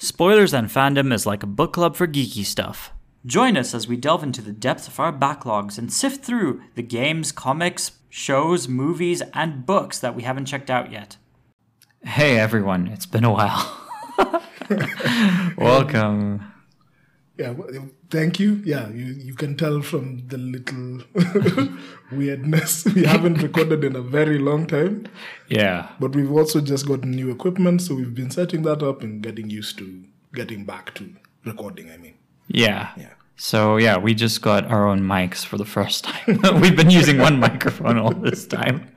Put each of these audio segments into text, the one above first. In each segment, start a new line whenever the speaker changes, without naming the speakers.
Spoilers on Fandom is like a book club for geeky stuff. Join us as we delve into the depths of our backlogs and sift through the games, comics, shows, movies, and books that we haven't checked out yet. Hey everyone, it's been a while. Welcome.
Yeah, well, thank you. Yeah, you, you can tell from the little weirdness. We haven't recorded in a very long time,
Yeah.
but we've also just gotten new equipment, so we've been setting that up and getting used to getting back to recording, I mean.
Yeah.
Yeah.
So yeah, we just got our own mics for the first time. we've been using one microphone all this time.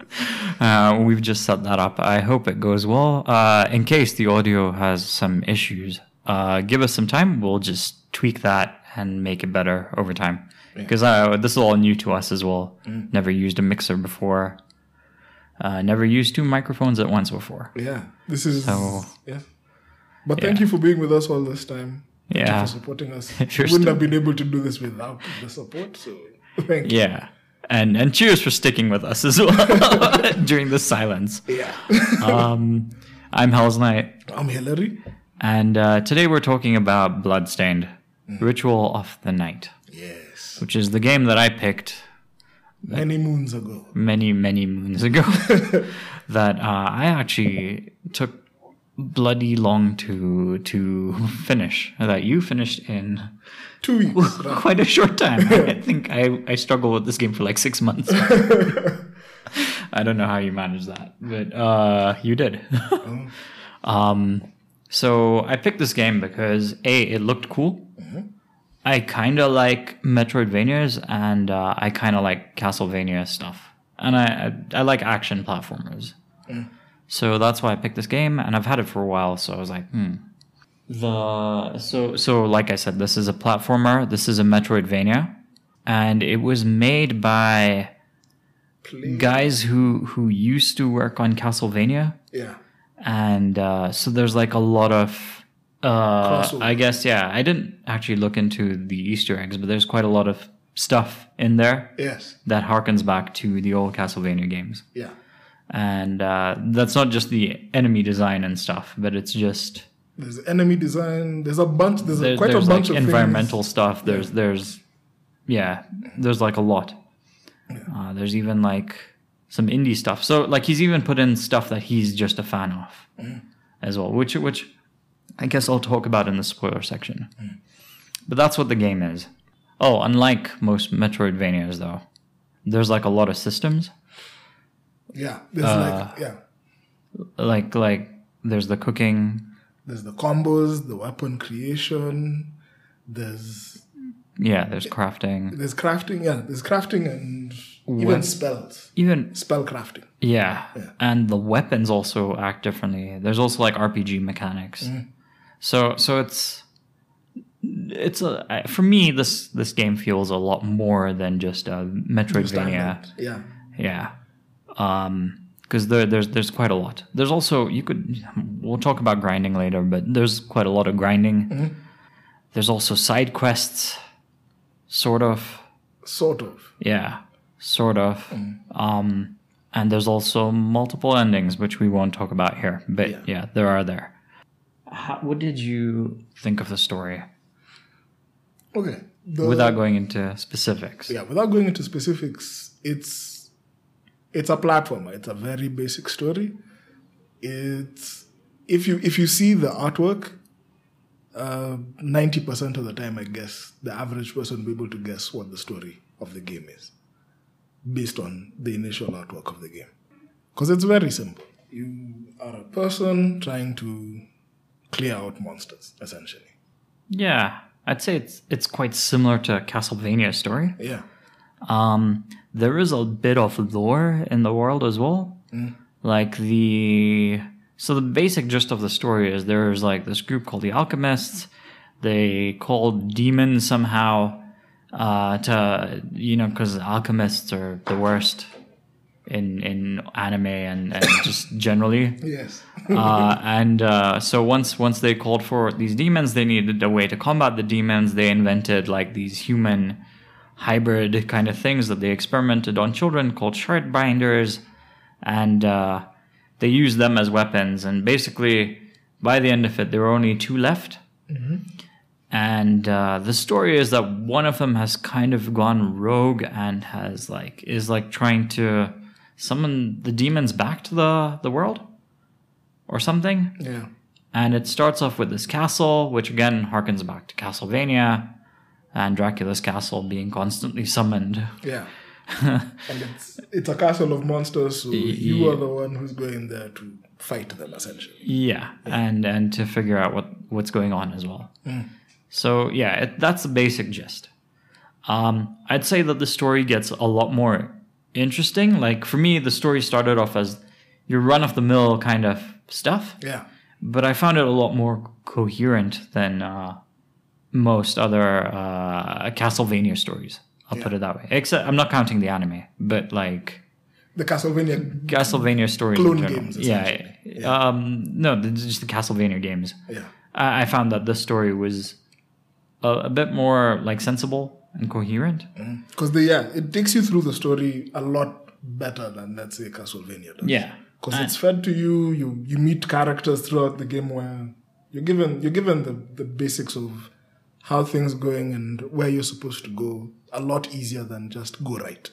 Uh, we've just set that up. I hope it goes well. Uh, in case the audio has some issues, uh, give us some time. We'll just tweak that and make it better over time. Because uh, this is all new to us as well. Never used a mixer before. Uh, never used two microphones at once before.
Yeah. This is
So-
yeah. But thank you for being with us all this time. Thank you
Yeah.
for supporting us. We
If you're
wouldn't have been able to do this without the support, so thank you.
Yeah. And and cheers for sticking with us as well during the silence.
Yeah.
um, I'm Hell's Knight,
I'm Hillary.
and uh, today we're talking about Bloodstained Ritual of the Night,
Yes.
which is the game that I picked
Many moons ago.
many, many moons ago. that uh, I actually took bloody long to to finish. That you finished in
Two weeks.
quite a short time. I think I, I struggled with this game for like six months. I don't know how you managed that, but uh, you did. um, so I picked this game because A, it looked cool. I kind of like Metroidvanias and uh, I kind of like Castlevania stuff. And I, I, I like action platformers. So that's why I picked this game, and I've had it for a while, so I was like, hmm. The so so like I said, this is a platformer. This is a Metroidvania, and it was made by
Please.
guys who who used to work on Castlevania,
Yeah.
and uh, so there's like a lot of uh,
Crossover.
I guess yeah. I didn't actually look into the Easter eggs, but there's quite a lot of stuff in there
Yes.
that harkens back to the old Castlevania games
Yeah.
and uh, that's not just the enemy design and stuff, but it's just
There's enemy design. There's a bunch. There's,
there,
a, quite
there's
a bunch
like
of
environmental stuff. There's there's yeah, there's like a lot. Uh, there's even like some indie stuff. So like he's even put in stuff that he's just a fan of
Mm.
as well, which which I guess I'll talk about in the spoiler section.
Mm.
But that's what the game is. Oh, unlike most Metroidvanias though, there's like a lot of systems.
Things. Yeah. There's
uh,
like yeah.
Like like there's the cooking,
There's the combos, the weapon creation. There's
Yeah, there's crafting.
there's crafting. Yeah. There's crafting and even spells.
Even
Spell crafting.
yeah. and the weapons also act differently. There's also like RPG mechanics. So so it's it's a I- for me this this game feels a lot more than just a Metroidvania.
Standard. Yeah.
Yeah, um, because there there's there's quite a lot. There's also you could we'll talk about grinding later, but there's quite a lot of grinding. There's also side quests, sort of.
Sort of.
Yeah, sort of. Um, and there's also multiple endings, which we won't talk about here. But yeah, there are there. How, what did you think of the story
Okay. The-
without going into specifics?
yeah. Without going into specifics, it's it's a platformer. It's a very basic story. It's if you if you see the artwork. uh, Ninety percent of the time, I guess the average person will be able to guess what the story of the game is, based on the initial artwork of the game, because it's very simple. You are a person trying to clear out monsters, essentially.
Yeah, I'd say it's it's quite similar to Castlevania's story.
Yeah,
Um, there is a bit of lore in the world as well. Like the so the basic gist of the story is there's like this group called the Alchemists. They called demons somehow uh, to you know because alchemists are the worst in in anime and, and just generally
yes,
uh, and uh, so once once they called for these demons, they needed a way to combat the demons. They invented like these human hybrid kind of things that they experimented on children called shard binders, and uh, they used them as weapons. And basically, by the end of it, there were only two left. And uh, the story is that one of them has kind of gone rogue and has like is like trying to summon the demons back to the the world or something.
Yeah.
And it starts off with this castle, which again harkens back to Castlevania and Dracula's castle being constantly summoned.
Yeah. and it's it's a castle of monsters, so you are the one who's going there to fight them essentially.
Yeah, and and to figure out what what's going on as well. So yeah, it, that's the basic gist. Um, I'd say that the story gets a lot more interesting. Like for me, the story started off as your run of the mill kind of stuff,
Yeah.
but I found it a lot more coherent than uh, most other uh, Castlevania stories. I'll put it that way. Except I'm not counting the anime, but like
The Castlevania
Castlevania stories.
Clone
in general.
games,
yeah, Um, no, th- just the Castlevania games.
Yeah.
I, I found that the story was a, a bit more like sensible and coherent.
Because they yeah, it takes you through the story a lot better than let's say Castlevania does.
Yeah, Uh,
Because it's fed to you, you you meet characters throughout the game where you're given you're given the, the basics of how things going and where you're supposed to go a lot easier than just go right.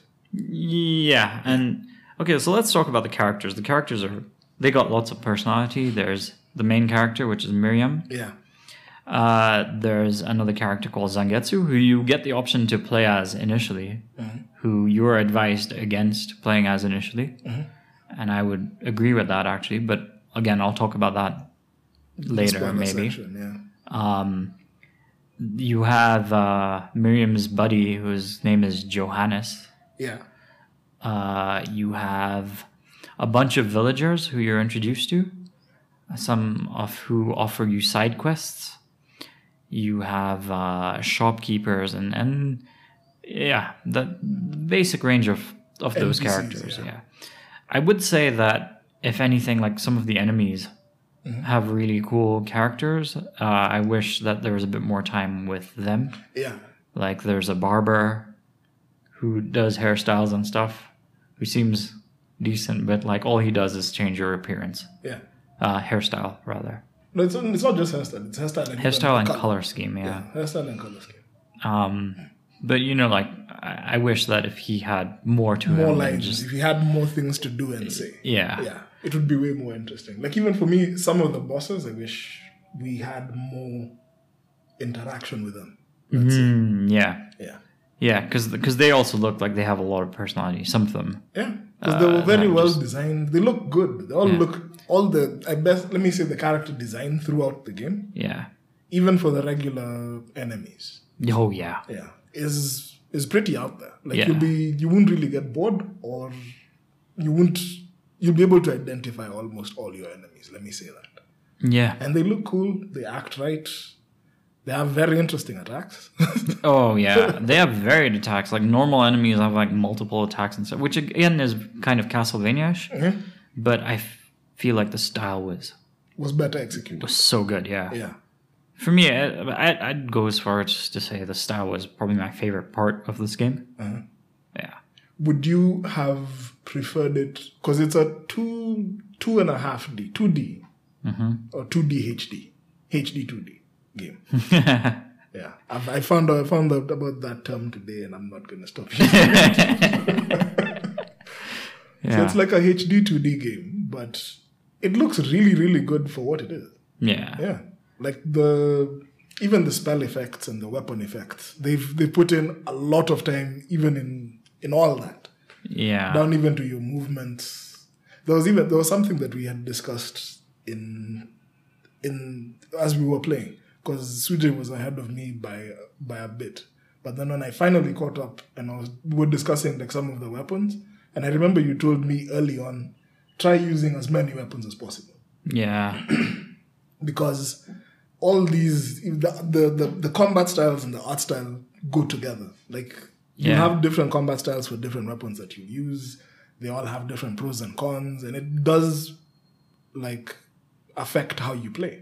yeah, and okay. So let's talk about the characters. The characters are they got lots of personality. There's the main character, which is Miriam.
Yeah.
Uh, there's another character called Zangetsu, who you get the option to play as initially,
Mm-hmm.
who you are advised against playing as initially.
Mm-hmm.
And I would agree with that actually, but again, I'll talk about that later,
Spoiler
maybe.
section, yeah.
Um, you have uh, Miriam's buddy, whose name is Johannes.
Yeah.
Uh, you have a bunch of villagers who you're introduced to, some of who offer you side quests. You have uh, shopkeepers and and yeah, the basic range of of those
NPCs,
characters.
yeah.
Yeah. I would say that if anything, like some of the enemies have really cool characters. Uh, I wish that there was a bit more time with them.
Yeah.
Like there's a barber who does hairstyles and stuff, who seems decent, but like all he does is change your appearance,
Yeah.
uh, hairstyle rather,
No, it's not, it's not just hairstyle. It's hairstyle and
hairstyle and
col-
color scheme. Yeah.
Hairstyle and color scheme.
Um, but you know, like I, I wish that if he had more to him,
More
than
lines.
just
if you had more things to do and say.
yeah,
Yeah. It would be way more interesting. Like even for me, some of the bosses, I wish we had more interaction with them.
Mm, yeah,
Yeah.
yeah, because they also look like they have a lot of personality. Some of them.
Yeah, because they
Uh,
were very well designed. They look good. They all look all the I best. Let me say the character design throughout the game,
Yeah.
even for the regular enemies.
Oh yeah.
Yeah, is is pretty out there. Like
Yeah.
you'll be you won't really get bored, or you won't you'll be able to identify almost all your enemies. Let me say that.
Yeah.
And they look cool. They act right. They have very interesting attacks.
Oh yeah, they have varied attacks. Like normal enemies have like multiple attacks and stuff, which again is kind of Castlevania-ish.
Mhm.
But I f- feel like the style was
Was better executed.
was so good. Yeah.
Yeah,
For me, I, I, I'd go as far as to say the style was probably my favorite part of this game. Yeah.
would you have preferred it because it's a two two and a half d 2d or 2d hd hd 2d game yeah I've, i found out i found out about that term today and i'm not gonna stop you so
Yeah.
it's like a hd 2d game but it looks really really good for what it is
yeah.
yeah like the even the spell effects and the weapon effects they've they put in a lot of time even in in all that
Yeah.
down even to your movements. There was even there was something that we had discussed in in as we were playing because Sujay was ahead of me by by a bit. But then when I finally caught up and I was we were discussing like some of the weapons, and I remember you told me early on, try using as many weapons as possible
Yeah.
because all these the the, the, the combat styles and the art style go together. Like you
Yeah.
have different combat styles for different weapons that you use. They all have different pros and cons, and it does like affect how you play.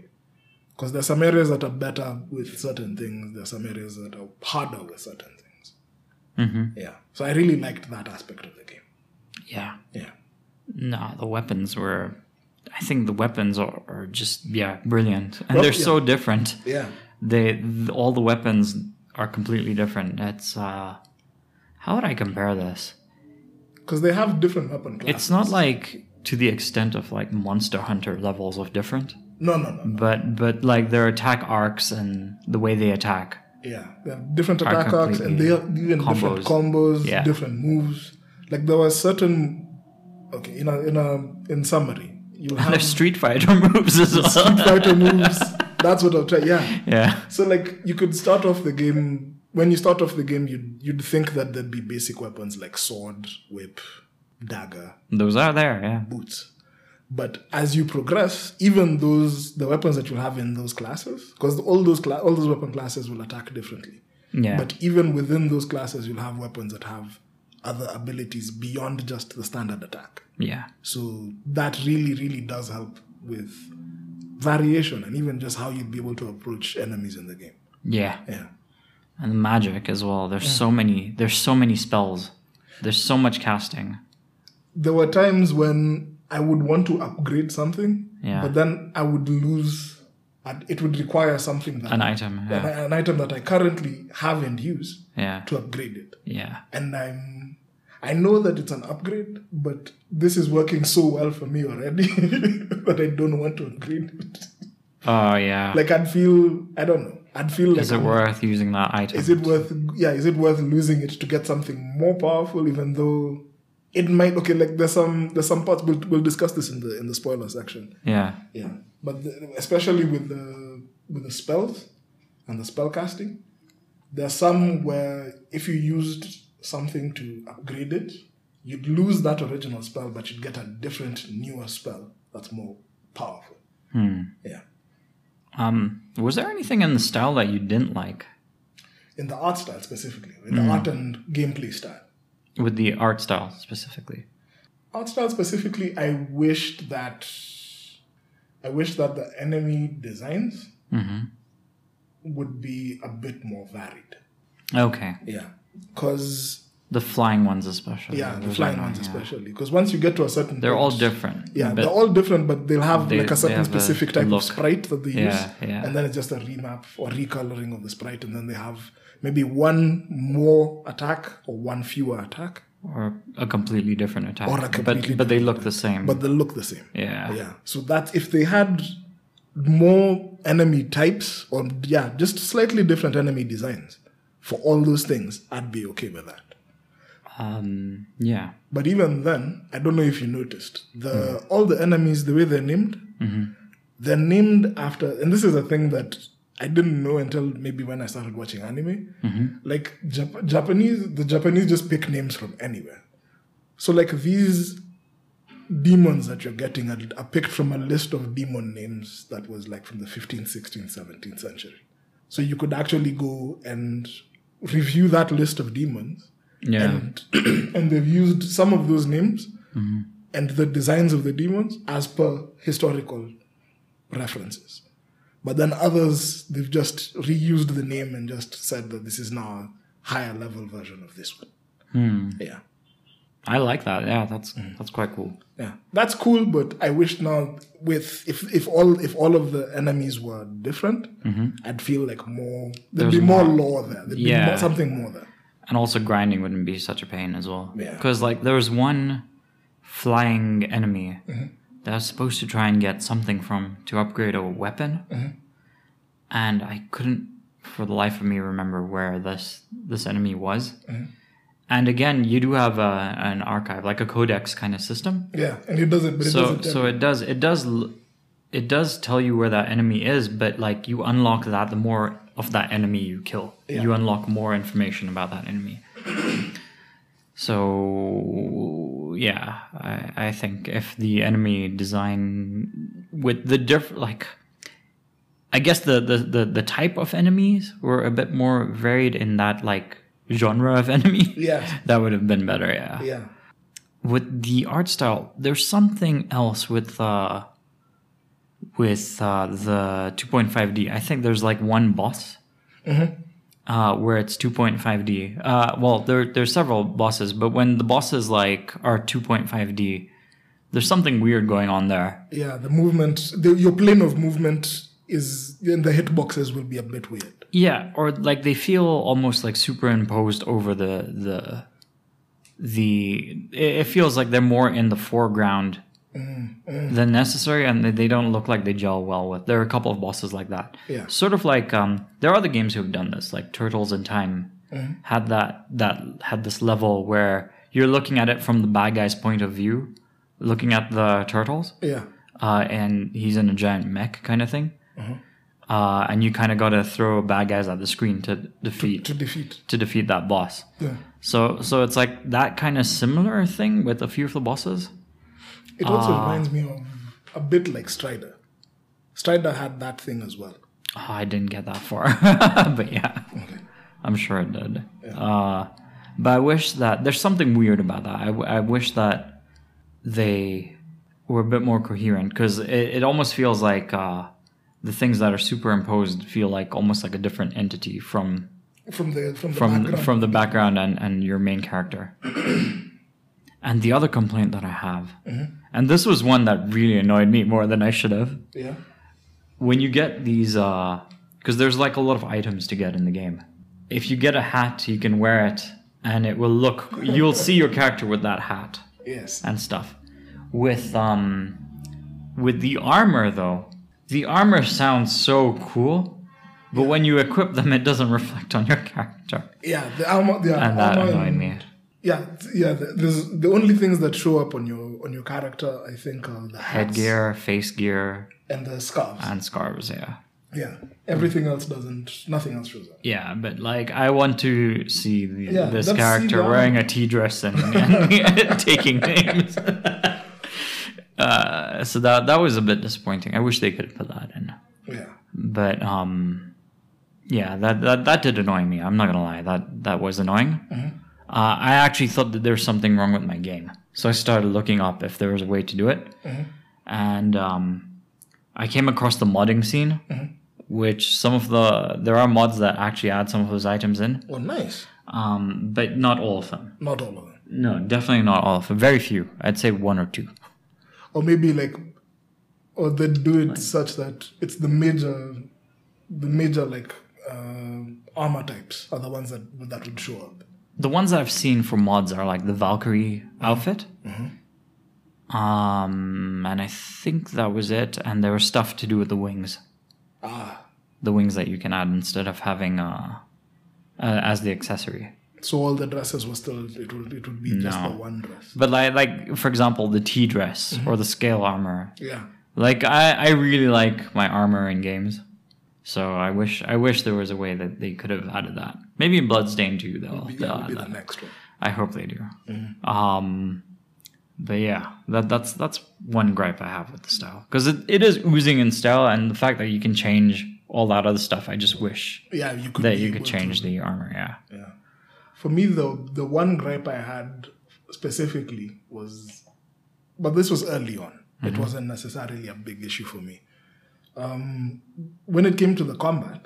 Because there's some areas that are better with certain things. There's some areas that are harder with certain things. Mm-hmm. Yeah. So I really liked that aspect of the game.
Yeah.
Yeah.
No, the weapons were I think the weapons are, are just yeah brilliant, and
Well,
they're
yeah.
so different.
Yeah.
They th- all the weapons are completely different. It's uh, how would I compare this?
Because they have different weapon classes.
It's not like to the extent of like Monster Hunter levels of different,
No, no, no, no.
but but like their attack arcs and the way they attack.
Yeah. They have different attack arcs and
completely
they have even different
combos.
combos,
Yeah.
different moves. Like there were certain okay, in a in a in summary, you
Their
have
Street Fighter moves as
Street
well.
Fighter moves. That's what I'll try. Yeah.
yeah,
So like you could start off the game when you start off the game you'd you'd think that there'd be basic weapons like sword, whip, dagger,
those are there. Yeah.
boots. But as you progress, even those the weapons that you have in those classes, because all those cla- all those weapon classes will attack differently.
Yeah.
But even within those classes, you'll have weapons that have other abilities beyond just the standard attack.
yeah.
So that really, really does help with variation and even just how you'd be able to approach enemies in the game.
Yeah.
Yeah.
And magic as well. There's so many there's so many spells. There's so much casting.
There were times when I would want to upgrade something,
Yeah.
but then I would lose. and It would require something that
An item. Yeah.
an, an item that I currently have and use
Yeah.
to upgrade it.
Yeah.
And I'm I know that it's an upgrade, but this is working so well for me already that I don't want to upgrade it.
Oh yeah.
Like I'd feel I don't know. I'd feel like
is it worth using that item?
is it worth yeah, is it worth losing it to get something more powerful even though it might okay, like there's some there's some parts we'll, we'll discuss this in the in the spoiler section.
yeah.
Yeah, but the, especially with the with the spells and the spell casting, there's some where if you used something to upgrade it, you'd lose that original spell, but you'd get a different, newer spell that's more powerful. Yeah,
Um was there anything in the style that you didn't like?
in the art style specifically, in the art and gameplay style.
With the art style specifically.
Art style specifically, I wished that I wish that the enemy designs would be a bit more varied.
Okay.
Yeah, because
The flying ones especially.
Yeah, the
Those
flying
are-
ones
yeah.
especially, because once you get to a certain,
They're all
point-
different.
Yeah,
but
they're all different, but they'll have
they-
like a
they
certain
have a
specific type
look.
of sprite that they
Yeah,
use,
yeah.
and then it's just a remap or recoloring of the sprite, and then they have maybe one more attack or one fewer attack,
or a completely different attack.
Or a completely
but but they look the same.
but they look the same.
yeah.
yeah. So that if they had more enemy types, or yeah, just slightly different enemy designs for all those things, I'd be okay with that.
Um yeah.
But even then, I don't know if you noticed the all the enemies the way they're named. They're named after, and this is a thing that I didn't know until maybe when I started watching anime. Like Jap- Japanese, the Japanese just pick names from anywhere. So like these demons that you're getting are, are picked from a list of demon names that was like from the 15th, 16th, 17th century. So you could actually go and review that list of demons
Yeah.
and and they've used some of those names and the designs of the demons as per historical references. But then others they've just reused the name and just said that this is now a higher level version of this one.
Hmm.
Yeah.
I like that. Yeah, that's
Mm.
that's quite cool.
Yeah. That's cool, but I wish now with if if all if all of the enemies were different, I'd feel like more there'd be more, lore there. There'd be
Mm-hmm. Yeah.
more, something more there.
And also grinding wouldn't be such a pain as well.
Yeah.
Because like there was one flying enemy
Mm-hmm.
that I was supposed to try and get something from to upgrade a weapon,
Mm-hmm.
and I couldn't for the life of me remember where this this enemy was.
Mm-hmm.
And again, you do have a, an archive, like a codex kind of system.
Yeah. And it doesn't but it
So
doesn't tell
so it does it does l- it does tell you where that enemy is, but like you unlock that the more of that enemy you kill, you unlock more information about that enemy. so yeah, I, I think if the enemy design with the diff like. I guess the, the, the, the type of enemies were a bit more varied in that like genre of enemy.
Yeah.
that would have been better. Yeah
yeah.
with the art style there's something else with uh with uh the 2.5d i think there's like one boss uh where it's 2.5d uh well there there's several bosses but when the bosses like are 2.5d There's something weird going on there.
Yeah, the movement, the, your plane of movement is, and the hitboxes will be a bit weird.
Yeah, or like they feel almost like superimposed over the the the. It it feels like they're more in the foreground than necessary, and they- they don't look like they gel well with. There are a couple of bosses like that.
Yeah.
Sort of like um, there are other games who have done this, like Turtles in Time had that that had this level where you're looking at it from the bad guy's point of view, looking at the turtles,
Yeah,
uh, and he's in a giant mech kind of thing. Uh, and you kind of got to throw bad guys at the screen to defeat
to defeat.
to defeat that boss.
Yeah.
So so it's like that kind of similar thing with a few of the bosses.
It also
Ah.
reminds me of a bit like Strider. Strider had that thing as well.
Oh, I didn't get that far, but yeah, I'm sure it did. Uh, but I wish that there's something weird about that. I, w- I wish that they were a bit more coherent because it, it almost feels like uh, the things that are superimposed feel like almost like a different entity from
From the from the
from
background.
from the background and, and your main character. and the other complaint that I have, and this was one that really annoyed me more than I should have
yeah.
when you get these uh because there's like a lot of items to get in the game if you get a hat you can wear it and it will look you'll see your character with that hat
Yes.
and stuff with um with the armor though the armor sounds so cool but when you equip them it doesn't reflect on your character
Yeah. The armor. The
and that
armor
annoyed
and-
me
Yeah. th- Yeah. The, there's- the only things that show up on your on your character, I think, are the hats
headgear face gear
and the scarves.
and scarves yeah
yeah. Everything else doesn't. Nothing else shows up.
yeah, but like I want to see the,
Yeah,
this
let's see
character
the-
wearing a tea dress and, and taking names. uh, so that that was a bit disappointing. I wish they could put that in,
Yeah.
but um, yeah, that, that that did annoy me. I'm not gonna lie, that that was annoying. Uh, I actually thought that there was something wrong with my game, so I started looking up if there was a way to do it, and um, I came across the modding scene which some of the there are mods that actually add some of those items in,
Oh, nice.
um, but not all of them.
Not all of them.
No, definitely not all of them. Very few. I'd say one or two.
or maybe like or they do it such that it's the major the major like uh, armor types are the ones that that would show up
The ones that I've seen for mods are like the Valkyrie outfit, um, and I think that was it. And there was stuff to do with the wings,
ah
the wings that you can add instead of having uh, uh, as the accessory.
so all the dresses were still it would it would be just the one dress
But like, like for example, the T dress or the scale armor
yeah
Like I, I really like my armor in games. So I wish I wish there was a way that they could have added that. Maybe in Bloodstain too they'll,
Be-
they'll
would be
add
the
that.
next one
I hope they do.
Mm-hmm.
Um but yeah, that that's that's one gripe I have with the style. Because it, it is oozing in style and the fact that you can change all that other stuff, I just wish
yeah you could
that
be
you could
able
change the armor, yeah.
for me the the one gripe I had specifically was but this was early on. It wasn't necessarily a big issue for me. Um, when it came to the combat,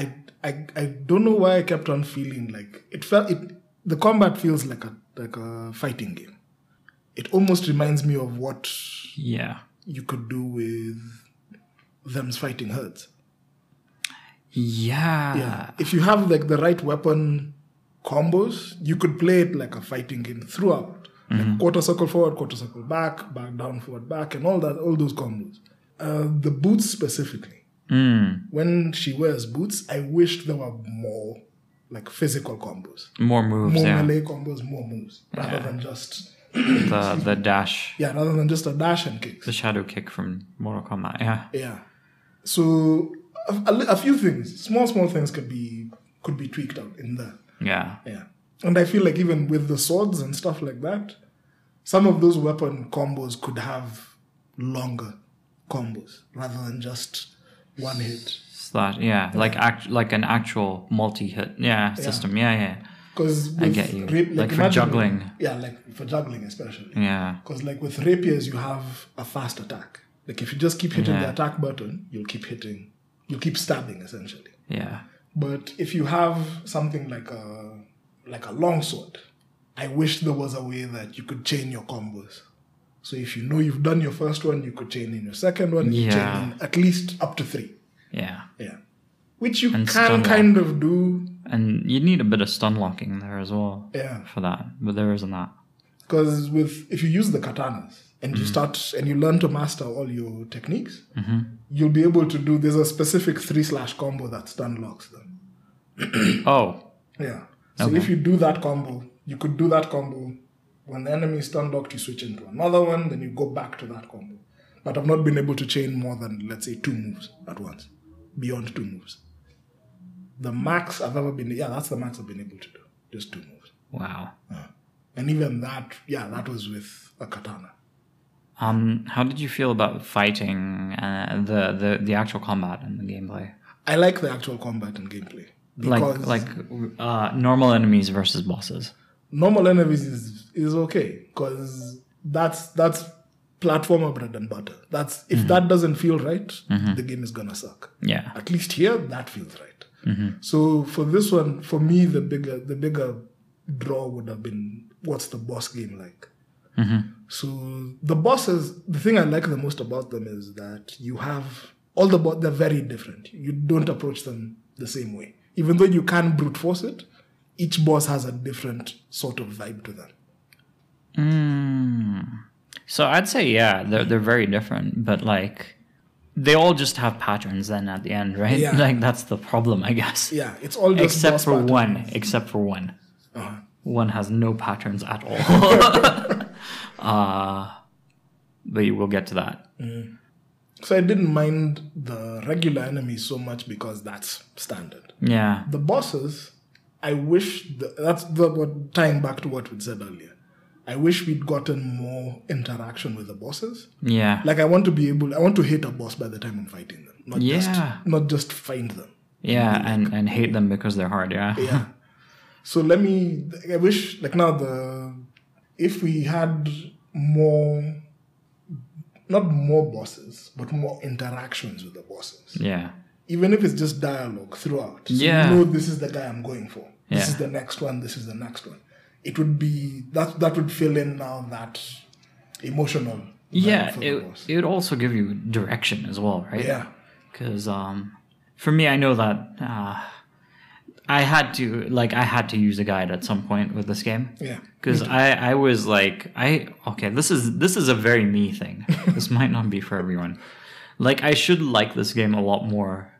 I, I I don't know why I kept on feeling like it felt it the combat feels like a like a fighting game. It almost reminds me of what
Yeah.
you could do with them's fighting herds.
Yeah.
Yeah. If you have like the right weapon combos, you could play it like a fighting game throughout. Like quarter circle forward, quarter circle back, back down, forward back, and all that, all those combos. Uh, the boots specifically. When she wears boots, I wished there were more like physical combos,
More moves,
more
yeah.
melee combos, more moves, rather than just
The the dash.
yeah, rather than just a dash and kicks.
The shadow kick from Mortal Kombat, yeah.
Yeah. So a, a, a few things, small small things could be could be tweaked out in there.
Yeah.
Yeah. And I feel like even with the swords and stuff like that, some of those weapon combos could have longer combos rather than just one hit.
Slash, yeah, like act, like an actual multi-hit, yeah, system, yeah,
Because
get you. Like for
imagine-
juggling.
Yeah, like for juggling especially.
yeah, yeah,
Because like with rapiers, you have a fast attack. Like if you just keep hitting the
Yeah.
attack button, you'll keep hitting, you'll keep stabbing essentially.
yeah,
But if you have something like a like a longsword, I wish there was a way that you could chain your combos. So if you know you've done your first one, you could chain in your second one. You
Yeah.
chain in at least up to three.
Yeah.
Yeah. Which you
And
can
stun
kind of do.
And you need a bit of stun locking there as well
Yeah.
for that, but there isn't that.
Because with if you use the katanas and
Mm-hmm.
you start and you learn to master all your techniques, you'll be able to do. There's a specific three slash combo that stun locks them.
Oh,
Yeah. So if you do that combo, you could do that combo. When the enemy is stun locked, you switch into another one, then you go back to that combo. But I've not been able to chain more than let's say two moves at once, beyond two moves. The max I've ever been, yeah, that's the max I've been able to do, just two moves.
wow.
And even that, yeah, that was with a katana.
Um, how did you feel about fighting uh, the, the the actual combat and the gameplay?
I like the actual combat and gameplay. Because
Like like uh, normal enemies versus bosses.
normal enemies is, is okay because that's that's platformer bread and butter. That's if that doesn't feel right, the game is gonna suck.
Yeah.
At least here, that feels right.
Mm-hmm.
So for this one, for me, the bigger the bigger draw would have been what's the boss game like.
Mm-hmm.
So the bosses, the thing I like the most about them is that you have all the bo- they're very different. You don't approach them the same way. Even though you can brute force it, each boss has a different sort of vibe to them.
So I'd say yeah, they're they're very different, but like they all just have patterns then at the end, right?
Yeah.
Like that's the problem, I guess.
Yeah, it's all just
except
boss Uh-huh.
for
battle.
one. Except for one. One has no patterns at all. uh, but we'll get to that.
So I didn't mind the regular enemies so much because that's standard.
Yeah.
the bosses i wish the, that's the what tying back to what we said earlier i wish we'd gotten more interaction with the bosses
Yeah.
like i want to be able i want to hit a boss by the time i'm fighting them not
Yeah.
just not just find them
yeah, and, and hate them because they're hard, yeah.
yeah so let me i wish like now the if we had more not more bosses but more interactions with the bosses
Yeah.
even if it's just dialogue throughout. So
Yeah.
You know, this is the guy I'm going for. This
Yeah.
is the next one. This is the next one. It would be that that would fill in now that emotional. vibe
Yeah,
for the
it,
boss.
it would also give you direction as well, right?
yeah,
because um, for me, I know that uh, I had to like I had to use a guide at some point with this game.
yeah,
Because I, I was like I okay this is this is a very me thing. this might not be for everyone. Like I should like this game a lot more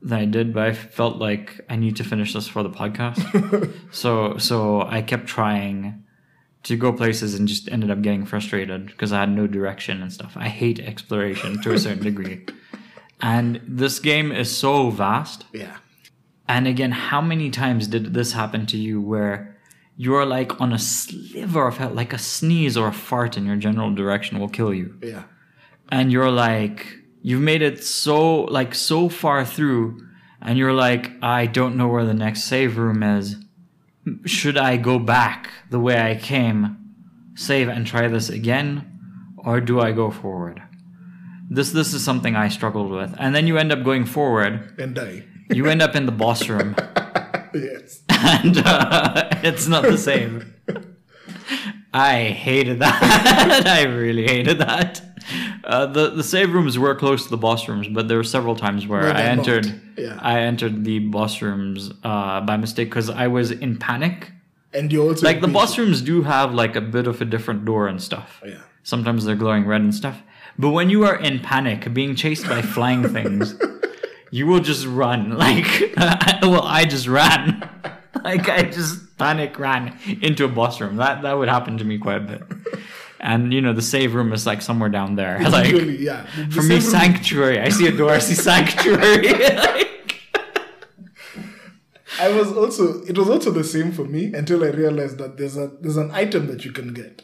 than I did, but I felt like I need to finish this for the podcast. so so I kept trying to go places and just ended up getting frustrated because I had no direction and stuff. I hate exploration to a certain degree. And this game is so vast
yeah,
and again, how many times did this happen to you where you're like on a sliver of hell, like a sneeze or a fart in your general direction will kill you?
yeah,
And you're like, you've made it so, like, so far through, and you're like, I don't know where the next save room is. Should I go back the way I came, save and try this again, or do I go forward? This, this is something I struggled with. And then you end up going forward.
and die.
You end up in the boss room
yes,
and uh, it's not the same. I hated that. I really hated that. Uh, the the save rooms were close to the boss rooms, but there were several times where
Where
I
they're not.
entered
Yeah.
I entered the boss rooms uh, by mistake because I was in panic.
and you also
Like the
beat-
boss rooms do have like a bit of a different door and stuff.
Yeah,
Sometimes they're glowing red and stuff. But when you are in panic, being chased by flying things, you will just run. Like, well, I just ran. Like, I just panic ran into a boss room. That that would happen to me quite a bit. And you know, the save room is like somewhere down there. Like
Usually, yeah. The- the
for me,
same room-
sanctuary. I see a door. I see sanctuary. Like,
I was also it was also the same for me until I realized that there's a there's an item that you can get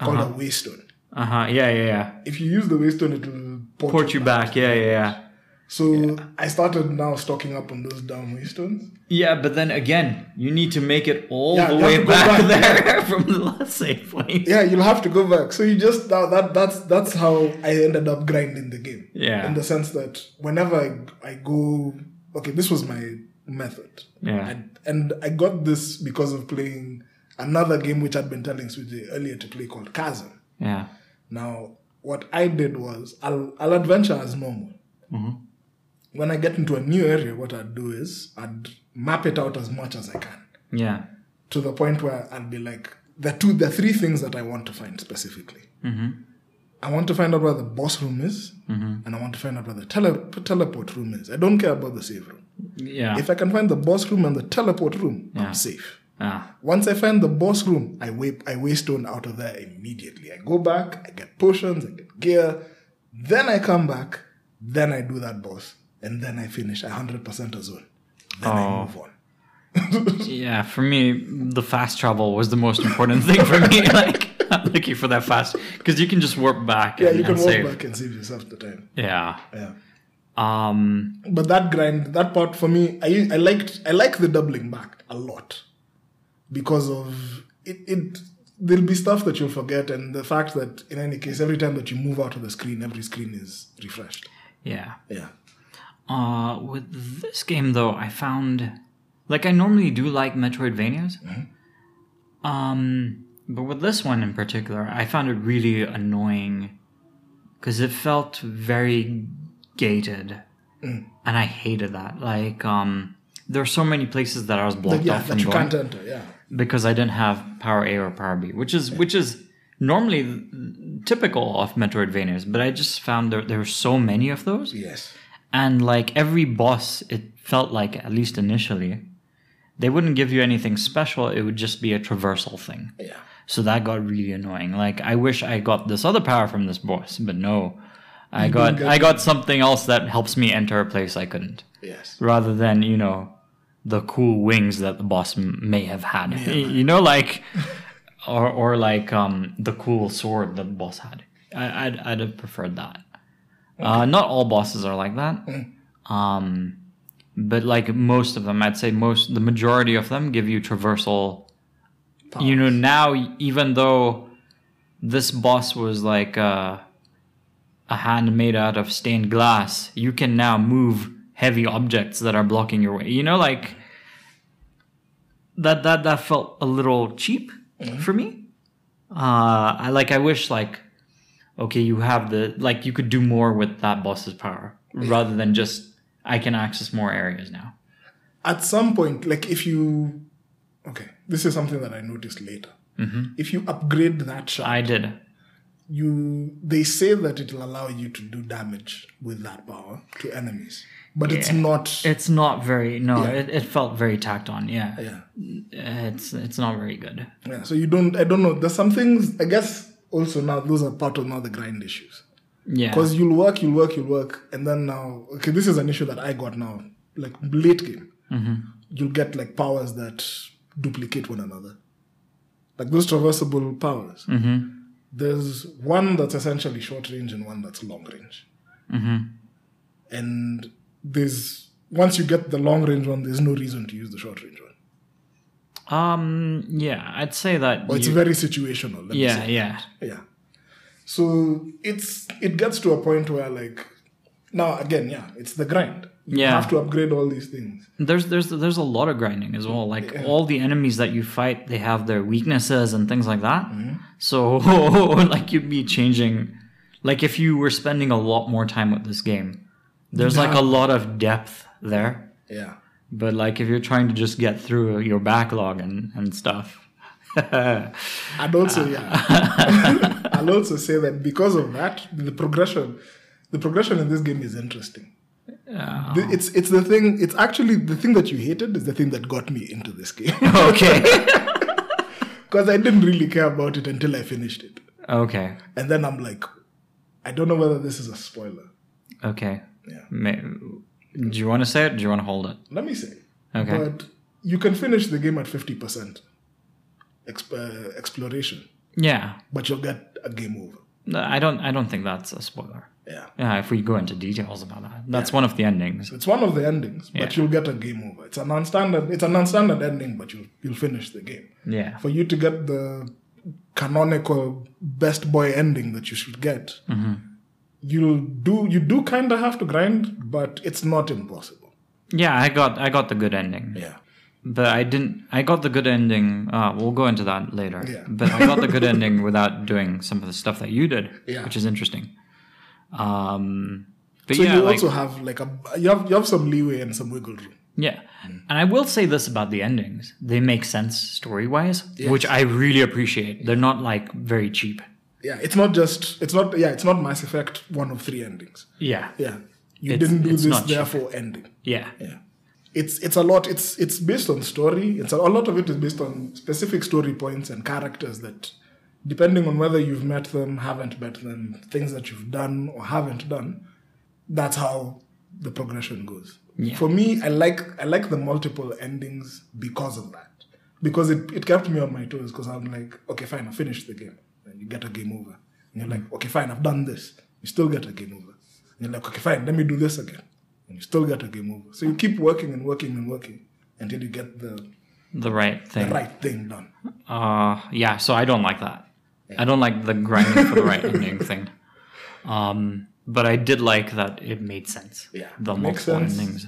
called a waystone.
uh huh. Yeah, yeah, yeah.
If you use the waystone, it will port,
Port you back. Yeah, yeah, yeah.
So I started now stocking up on those damn waystones.
Yeah, but then again, you need to make it all
Yeah,
the
you have
way
to go
back,
back,
there from the last save point.
Yeah, you'll have to go back. So you just that, that that's that's how I ended up grinding the game.
Yeah.
In the sense that whenever I, I go, okay, this was my method.
Yeah.
And, and I got this because of playing another game which I'd been telling Swiji earlier to play called Chasm.
Yeah.
Now, what I did was I'll, I'll adventure as normal.
Mm-hmm.
When I get into a new area, what I'd do is I'd map it out as much as I can
Yeah.
to the point where I'd be like, the two, the three things that I want to find specifically.
Mm-hmm.
I want to find out where the boss room is, and I want to find out where the tele- teleport room is. I don't care about the save room.
Yeah.
If I can find the boss room and the teleport room,
Yeah.
I'm safe.
ah.
Once I find the boss room, I wa- I waystone out of there immediately. I go back, I get potions, I get gear, then I come back, then I do that boss, and then I finish. I 100% a zone. Then I
Oh.
move on.
Yeah, for me, the fast travel was the most important thing for me. Like, I'm looking for that fast because you can just warp back.
Yeah,
and,
you can
and
walk
save.
back and save yourself the time.
Yeah.
Yeah.
Um.
But that grind, that part for me, I I liked I like the doubling back a lot because of it. it there'll be stuff that you'll forget, and the fact that in any case, every time that you move out of the screen, every screen is refreshed.
Yeah.
Yeah.
Uh, with this game though, I found like I normally do like Metroidvanias.
Mm-hmm.
Um, but with this one in particular, I found it really annoying because it felt very gated,
Mm.
and I hated that. Like, um, there are so many places that I was blocked
yeah,
off from
that you
going
can't uh, enter. Yeah,
because I didn't have power A or power B, which is which is normally typical of Metroidvanias. But I just found there there were so many of those
yes,
and like every boss it felt like at least initially they wouldn't give you anything special it would just be a traversal thing
yeah,
so that got really annoying like i wish i got this other power from this boss but no i got
get
i got something else that helps me enter a place i couldn't
yes.
rather than you know the cool wings that the boss m- may have had Y- you know like or or like um the cool sword that the boss had I, I'd, I'd have preferred that uh not all bosses are like that um but like most of them i'd say most the majority of them give you traversal you know now even though this boss was like uh a hand made out of stained glass, you can now move heavy objects that are blocking your way. You know, like that that that felt a little cheap
Mm-hmm.
for me. Uh I like I wish like okay, you have the like you could do more with that boss's power rather than just I can access more areas now.
At some point, like if you, okay, this is something that I noticed later. If you upgrade that shot,
I did.
you they say that it'll allow you to do damage with that power to enemies, but it's
Yeah.
not.
It's not very no, it, it felt very tacked on. Yeah.
yeah,
It's it's not very good.
yeah. So you don't. I don't know. There's some things. I guess also now those are part of now the grind issues.
Yeah.
Because you'll work, you'll work, you'll work, and then now, okay, this is an issue that I got now, like late game.
Mm-hmm.
You'll get like powers that duplicate one another, like those traversable powers.
Mm-hmm.
There's one that's essentially short range and one that's long range.
Mm-hmm.
And there's once you get the long range one, there's no reason to use the short range one.
Um. Yeah, I'd say that.
But it's
you-
very situational. Let me
yeah,
say.
yeah,
Yeah. So it's it gets to a point where like now again, yeah, it's the grind. You
Yeah.
have to upgrade all these things.
There's there's there's a lot of grinding as well. Like all the enemies that you fight, they have their weaknesses and things like that. So like you'd be changing. Like if you were spending a lot more time with this game, there's like a lot of depth there.
Yeah.
But like if you're trying to just get through your backlog and and stuff.
I'd also yeah. I'll also say that because of that, the progression the progression in this game is interesting. The- It's it's the thing it's actually the thing that you hated is the thing that got me into this game.
okay.
Because I didn't really care about it until I finished it.
okay.
And then I'm like, I don't know whether this is a spoiler.
Okay.
Yeah.
May, do you want to say it? Do you want to hold it?
Let me say.
Okay.
But you can finish the game at 50% exp- uh, exploration,
yeah.
but you'll get a game over.
No, I don't. I don't think that's a spoiler.
Yeah.
Yeah, if we go into details about that, that's one of the endings.
It's one of the endings, but
Yeah.
you'll get a game over. It's a non-standard it's a non-standard ending, but you'll you'll finish the game.
Yeah,
For you to get the canonical best boy ending that you should get,
Mm-hmm.
you'll do you do kinda have to grind, but it's not impossible.
yeah. I got I got the good ending,
Yeah.
but I didn't. I got the good ending. Uh, we'll go into that later.
Yeah.
But I got the good ending without doing some of the stuff that you did,
Yeah.
which is interesting. Um, but
So
yeah,
you
like,
also have like a you have you have some leeway and some wiggle room.
yeah. And I will say this about the endings: they make sense story wise, which I really appreciate. They're not like very cheap.
Yeah, it's not just it's not yeah it's not Mass Effect one of three endings.
Yeah,
Yeah, you
It's-
didn't do
it's
this
not cheap.
therefore ending.
yeah,
Yeah, it's it's a lot. It's it's based on story. It's a, a lot of it is based on specific story points and characters that, depending on whether you've met them, haven't met them, things that you've done or haven't done, that's how the progression goes. For me, I like I like the multiple endings because of that. Because it, it kept me on my toes because I'm like, okay, fine, I finished the game. And you get a game over. And you're like, okay, fine, I've done this. You still get a game over. And you're like, okay, fine, let me do this again. And you still get a game over. So you keep working and working and working until you get the
the right thing.
right thing done.
Uh, yeah, so I don't like that. I don't like the grinding for the right ending thing. Um, but I did like that it made sense.
Yeah,
The
it makes
multiple
sense.
endings.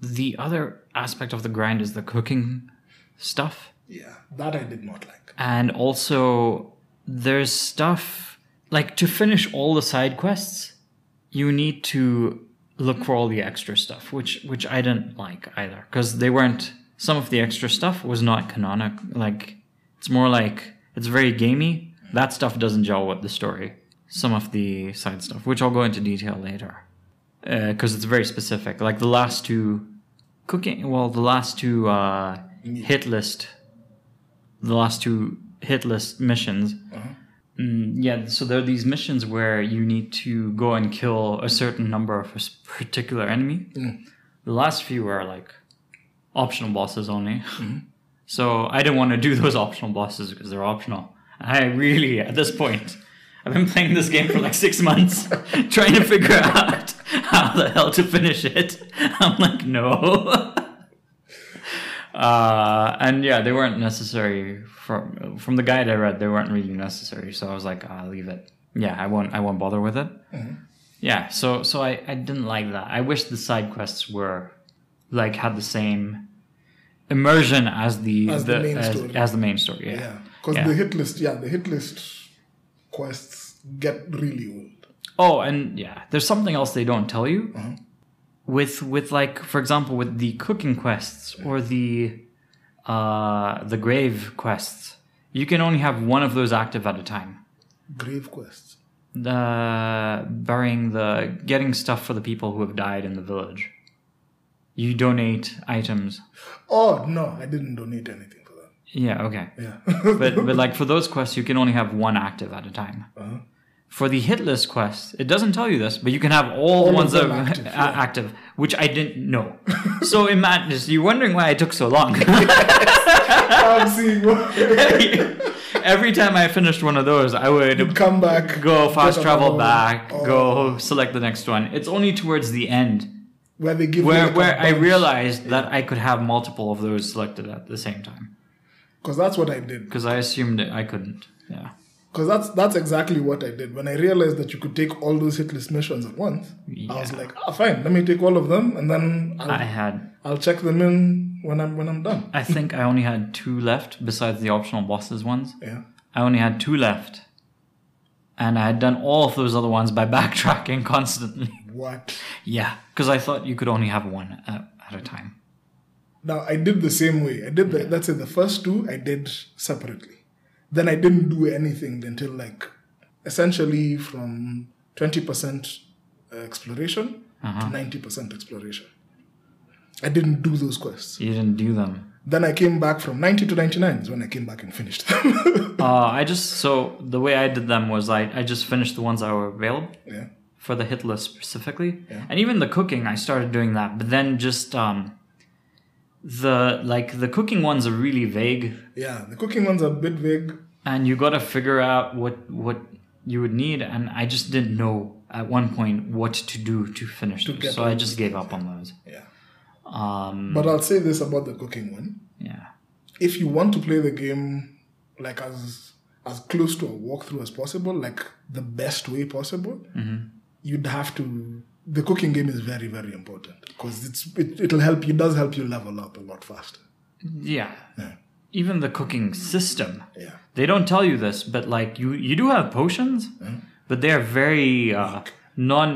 The other aspect of the grind is the cooking stuff.
Yeah. That I did not like.
And also, there's stuff like to finish all the side quests, you need to look for all the extra stuff, which which I didn't like either because they weren't. Some of the extra stuff was not canonic. Like it's more like it's very gamey. That stuff doesn't gel with the story. Some of the side stuff, which I'll go into detail later, because it's very specific. Like the last two cooking, well, the last two uh, hit list the last two hit list missions. Mm, yeah, so there are these missions where you need to go and kill a certain number of a s- particular enemy. The last few are like optional bosses only. So I didn't want to do those optional bosses because they're optional. I really, at this point, I've been playing this game for like six months, trying to figure out how the hell to finish it. I'm like, no. Uh, and yeah, they weren't necessary from from the guide I read. They weren't really necessary, so I was like, I'll leave it. Yeah, I won't. I won't bother with it.
Mm-hmm.
Yeah, so so I I didn't like that. I wish the side quests were like had the same immersion as the
As the main
as,
story.
as the main story. Yeah.
Yeah. Because
Yeah.
the hit list, yeah, the hit list quests get really old.
Oh, and yeah, there's something else they don't tell you. With with like for example with the cooking quests or the uh the grave quests, you can only have one of those active at a time.
Grave quests.
The burying the getting stuff for the people who have died in the village. You donate items.
Oh no, I didn't donate anything for that.
Yeah, okay.
Yeah.
But but like for those quests you can only have one active at a time.
Uh-huh.
for the hit list quests, it doesn't tell you this, but you can have all,
of
ones that
them
are
active,
active,
yeah.
active which I didn't know. so imagine you're wondering why I took so long.
I'm seeing what
Every time I finished one of those, I would
come back.
go fast
get
travel
another
back,
one. Oh,
go select the next one. It's only towards the end
where they give
where
you
where I realized that I could have multiple of those selected at the same time
because that's what I did.
because I assumed that I couldn't. Yeah.
Because that's that's exactly what I did. When I realized that you could take all those hit list missions at once, I was like, ah, fine, let me take all of them, and then I'll,
I had
I'll check them in when I'm when I'm done.
I think I only had two left besides the optional bosses ones.
Yeah.
I only had two left. And I had done all of those other ones by backtracking constantly.
What?
yeah, because I thought you could only have one at, at a time.
Now I did the same way. I did the, that's it. The first two I did separately. Then I didn't do anything until like essentially from twenty percent uh, exploration
Uh-huh.
to ninety percent exploration. I didn't do those quests.
You didn't do them.
Then I came back from ninety to ninety nine is when I came back and finished them.
Uh, I just, so the way I did them was I, I just finished the ones that were available
yeah.
for the hit list specifically. And even the cooking, I started doing that. But then just um, the, like, the cooking ones are really vague
Yeah. The cooking ones are a bit vague.
and you got to figure out what what you would need and i just didn't know at one point what to do to finish them
get
so i just gave up on those
Yeah.
um
But I'll say this about the cooking one.
yeah
if you want to play the game like as as
Mm-hmm.
close to a walkthrough as possible, like the best way possible, you'd have to the cooking game is very very important because it's it, it'll help you does help you level up a lot faster.
Yeah.
Yeah.
Even the cooking system.
Yeah.
They don't tell you this, but like you, you do have potions, but they are very uh,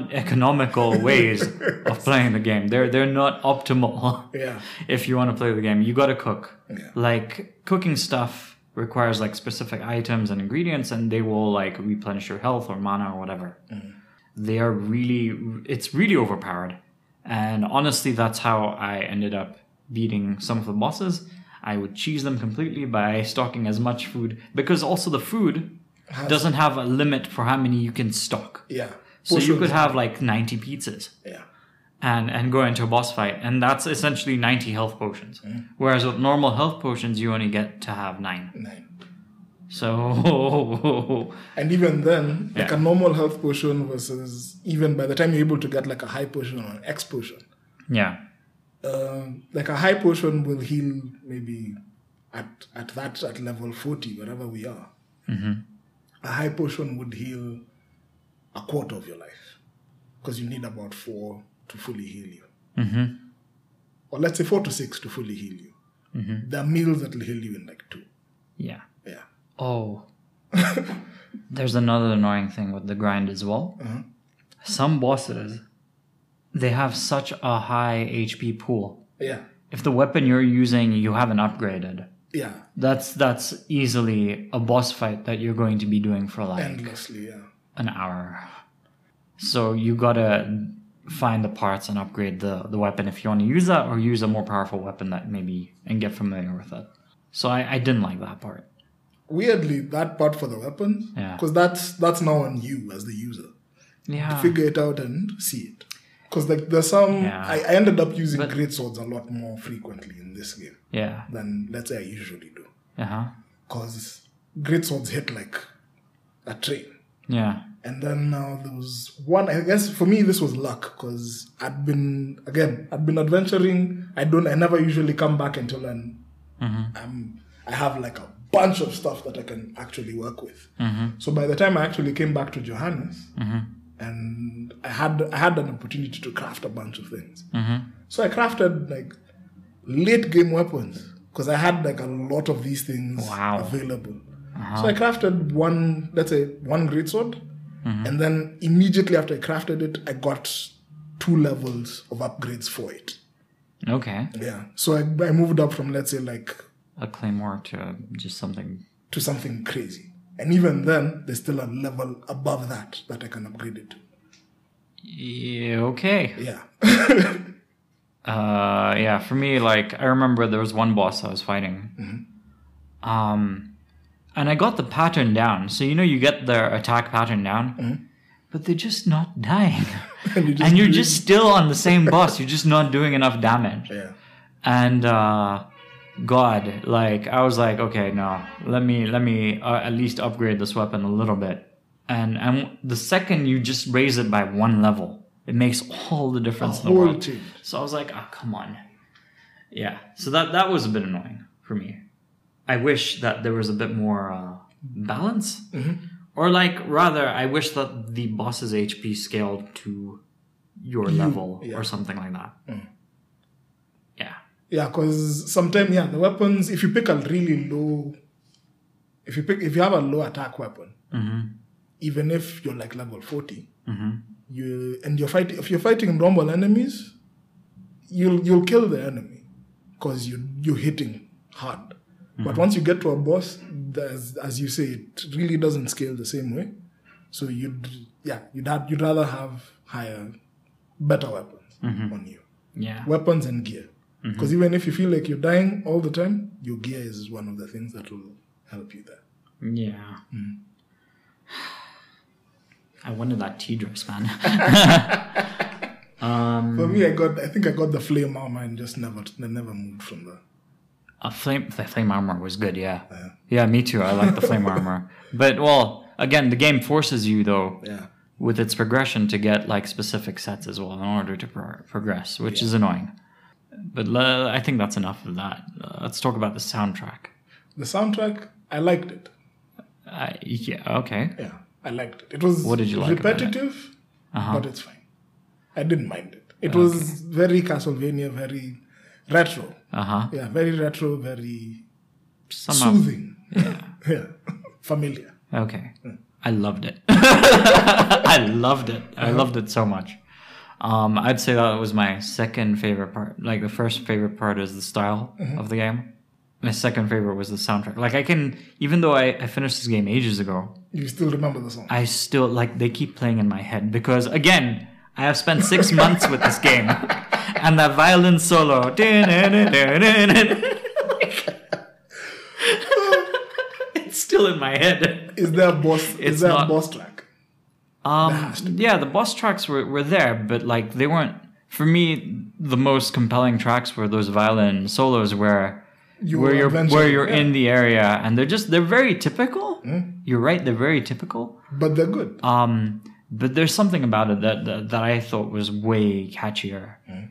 non-economical ways of playing the game. They're they're not optimal.
Yeah.
If you want to play the game, you got to cook.
Yeah.
Like cooking stuff requires like specific items and ingredients, and they will like replenish your health or mana or whatever.
Mm-hmm.
They are really, it's really overpowered. And honestly, that's how I ended up beating some of the bosses. I would cheese them completely by stocking as much food because also the food doesn't have a limit for how many you can stock.
Yeah.
So you
Portions-
could have like 90 pizzas
Yeah.
and and go into a boss fight and that's essentially 90 health potions. Whereas with normal health potions you only get to have 9.
Nine.
So
And even then, like
Yeah.
a normal health potion versus even by the time you're able to get like a high potion or an X potion,
yeah.
um, like a high potion will heal maybe at at that at level forty wherever we are. A high potion would heal a quarter of your life because you need about four to fully heal you, or let's say four to six to fully heal you. There are meals that will heal you in like two.
Yeah.
Yeah,
Oh. There's another annoying thing with the grind as well. Some bosses, they have such a high HP pool.
yeah,
If the weapon you're using you haven't upgraded,
yeah,
that's that's easily a boss fight that you're going to be doing for like
endlessly. Yeah,
an hour. So you gotta find the parts and upgrade the, the weapon if you want to use that or use a more powerful weapon that maybe and get familiar with it. So I, I didn't like that part.
weirdly, that part for the weapons,
Yeah.
because that's that's now on you as the user.
Yeah.
figure it out and see it. Because like there's some
Yeah.
I, I ended up using great swords a lot more frequently in this game
Yeah.
than let's say I usually do.
Uh huh.
Because great swords hit like a train.
Yeah.
And then now there was one I guess for me this was luck because I'd been again I'd been adventuring. I don't I never usually come back until I'm, I'm Um, I have like a bunch of stuff that I can actually work with. So by the time I actually came back to Johannes and I had I had an opportunity to craft a bunch of things. So I crafted like late game weapons because I had like a lot of these things
Wow.
available. So I crafted one, let's say one greatsword, and then immediately after I crafted it, I got two levels of upgrades for it.
Okay.
Yeah. So I, I moved up from let's say like
A claymore to just something.
to something crazy, and even then there's still a level above that that I can upgrade it. to.
Yeah, okay.
Yeah.
Uh, yeah, for me, like I remember there was one boss I was fighting, um, and I got the pattern down. So you know, you get their attack pattern down, but they're just not dying,
And you just
and you're
do-
just still on the same boss. You're just not doing enough damage.
yeah.
And uh, God, like I was like, okay, no, let me let me uh, at least upgrade this weapon a little bit. And and the second you just raise it by one level, it makes all the difference in the
whole
world.
change.
So I was like, ah, come on. Yeah. So that that was a bit annoying for me. I wish that there was a bit more uh, balance,
Mm-hmm.
or like rather, I wish that the boss's HP scaled to your level
yeah. Mm.
or something like that. Yeah.
Yeah, because sometimes yeah, the weapons. If you pick a really low, if you pick if you have a low attack weapon, even if you're like level 40 you and you're fighting if you're fighting normal enemies, you'll you'll kill the enemy because you you're hitting hard. But once you get to a boss, as as you say, it really doesn't scale the same way. So you'd yeah you'd have, you'd rather have higher, better weapons on you
Yeah.
weapons and gear.
Mm-hmm.
Because even if you feel like you're dying all the time, your gear is one of the things that will help you there.
Yeah. I wanted that tea dress, man.
For me, I
Mm.
got I think I got the flame armor and just never I never moved from there.
A flame, the flame armor was good, yeah. Yeah, me too. I like the flame armor. But, well, again, the game forces you, though,
Yeah.
with its progression to get, like, specific sets as well in order to pro- progress, which is annoying. But le- I think that's enough of that. Uh, let's talk about the soundtrack.
The soundtrack, I liked it.
Uh, yeah, okay.
Yeah, I liked it. It was
What did you like about it? Uh-huh.
repetitive, but it's fine. I didn't mind it. It was very Castlevania, very retro.
Uh huh.
Yeah, very retro, very
Somehow.
soothing. Yeah. Familiar.
Okay. I loved it. I loved it. I loved it so much. Um, I'd say that was my second favorite part. Like the first favorite part is the style of the game. My second favorite was the soundtrack. Like I can, even though I, I finished this game ages ago,
You still remember the song.
I still like they keep playing in my head because again, I have spent six months with this game, and that violin solo. it's still in my head.
Is there a boss
It's
is there
not-
a boss track?
Um, yeah, the boss tracks were, were there, but like they weren't. For me, the most compelling tracks were those violin solos where
You
where
were
you're
adventuring,
where you're
yeah. Hmm?
in the area, and they're just they're very typical. You're right, they're very typical.
But they're good.
Um, but there's something about it that that, that I thought was way catchier.
Hmm?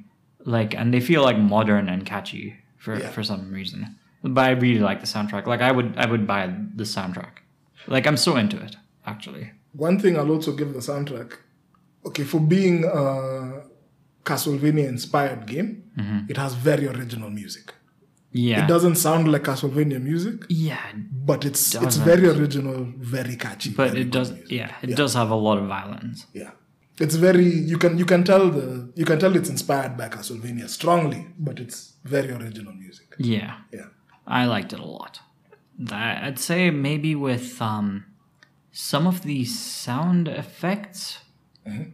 Like, and they feel like modern and catchy for
Yeah.
for some reason. But I really like the soundtrack. Like, I would I would buy the soundtrack. Like, I'm so into it actually.
One thing I'll also give the soundtrack, okay, for being a Castlevania inspired game,
Mm-hmm.
it has very original music.
Yeah.
It doesn't sound like Castlevania music,
yeah,
but it's it's
Doesn't.
very original, very catchy.
but
very
it
good
does
music.
yeah it does have a lot of violence
Yeah. It's very you can you can tell the you can tell it's inspired by Castlevania strongly, but it's very original music.
yeah
Yeah.
i liked it a lot That- i'd say maybe with um some of the sound effects Mm-hmm.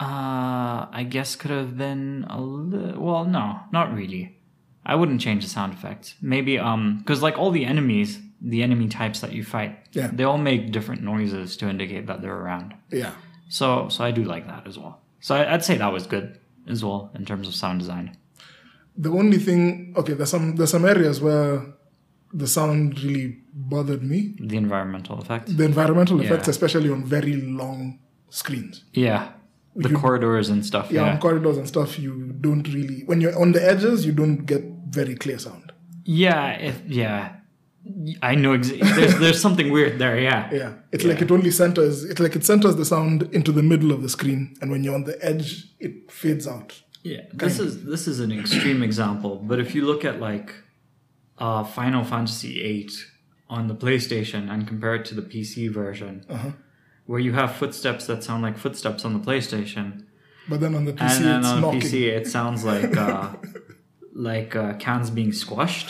uh i guess could have been a li- well no not really i wouldn't change the sound effects maybe um because like all the enemies the enemy types that you fight
Yeah.
they all make different noises to indicate that they're around
Yeah.
so so i do like that as well so I, i'd say that was good as well in terms of sound design
The only thing okay, there's some there's some areas where the sound really bothered me.
the environmental effect.
The environmental effects,
Yeah.
especially on very long screens.
Yeah, the corridors and stuff.
Yeah,
Yeah,
on corridors and stuff, you don't really when you're on the edges, you don't get very clear sound.
yeah, if, yeah. I know. Ex- there's there's something weird there. Yeah.
Yeah. It's like it only centers it's like it centers the sound into the middle of the screen and when you're on the edge it fades out.
Yeah. This is this is an extreme example, but if you look at like uh, Final Fantasy VIII on the PlayStation and compare it to the PC version, where you have footsteps that sound like footsteps on the PlayStation,
But then on the PC
and then
it's
on
knocking.
PC it sounds like uh, like uh, cans being squashed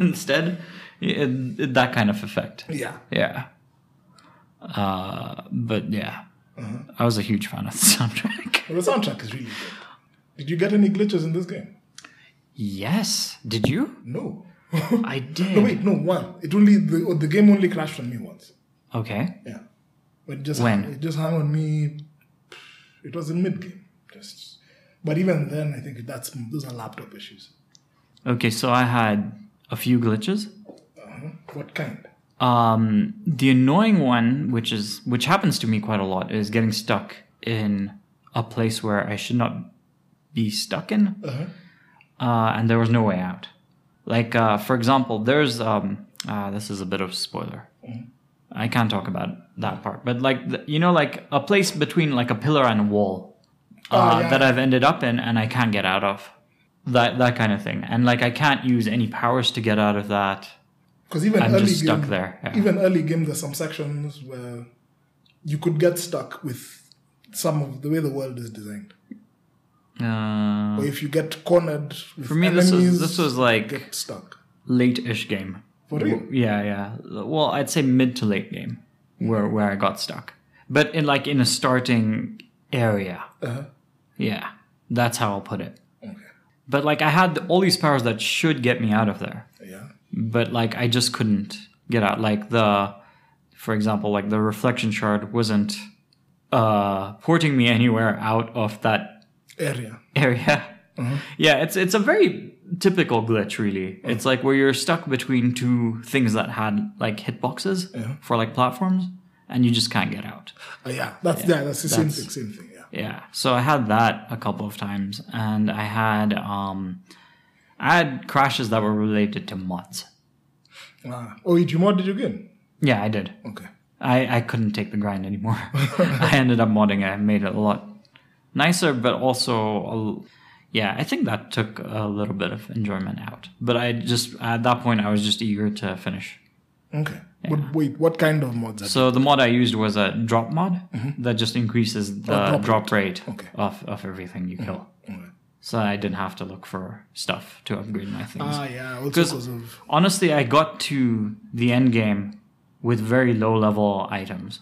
instead. It- it- that kind of effect.
Yeah.
Yeah. Uh, but yeah, I was a huge fan of the soundtrack.
Well, the soundtrack is really good. Did you get any glitches in this game?
yes, did you?
No.
I did.
no, wait, no, one. It only the, the game only crashed on me once.
Okay.
Yeah. But it just
When?
it just hung on me. It was in mid game. Just but even then I think that's those are laptop issues.
Okay, so I had a few glitches.
What kind?
Um, the annoying one, which is which happens to me quite a lot, is getting stuck in a place where I should not be stuck in,
Uh-huh.
uh, and there was no way out. Like uh, for example, there's um, uh, this is a bit of a spoiler.
Mm-hmm.
I can't talk about that part, but like th- you know, like a place between like a pillar and a wall uh,
Oh, yeah.
that I've ended up in and I can't get out of. That that kind of thing, and like I can't use any powers to get out of that.
Because even
I'm
early
just
game,
stuck there. Yeah.
even early game, there's some sections where you could get stuck with some of the way the world is designed.
Uh,
Or if you get cornered with
For me,
enemies,
this was this was like
get stuck.
late-ish game.
For real?
Yeah, yeah. Well, I'd say mid to late game, where
Mm.
where I got stuck, but in like in a starting area.
Uh-huh.
Yeah, that's how I'll put it.
Okay.
But like I had all these powers that should get me out of there,
Yeah.
but like I just couldn't get out. Like the, for example, like the reflection shard wasn't uh porting me anywhere out of that
Area.
area. Yeah, it's it's a very typical glitch, really. It's like where you're stuck between two things that had like hitboxes for like platforms, and you just can't get out.
Uh, yeah. That's yeah. that's the same
Oh, that's-
thing. Same thing. Yeah.
Yeah, so I had that a couple of times, and I had um, I had crashes that were related to mods.
Ah. Oh, did you mod did you game?
Yeah, I did.
Okay.
I, I couldn't take the grind anymore. I ended up modding. it. I made it a lot nicer, but also a l- yeah, I think that took a little bit of enjoyment out. But I just at that point I was just eager to finish.
Okay. But wait, what kind of mods? Are
So the mod I used was a drop mod that just increases the
Mm-hmm. drop
drop, rate
Okay. Mm-hmm.
of, of everything you kill.
Alright.
So I didn't have to look for stuff to upgrade my things.
Ah, yeah, also
'Cause-
because of
Honestly, I got to the end game with very low level items.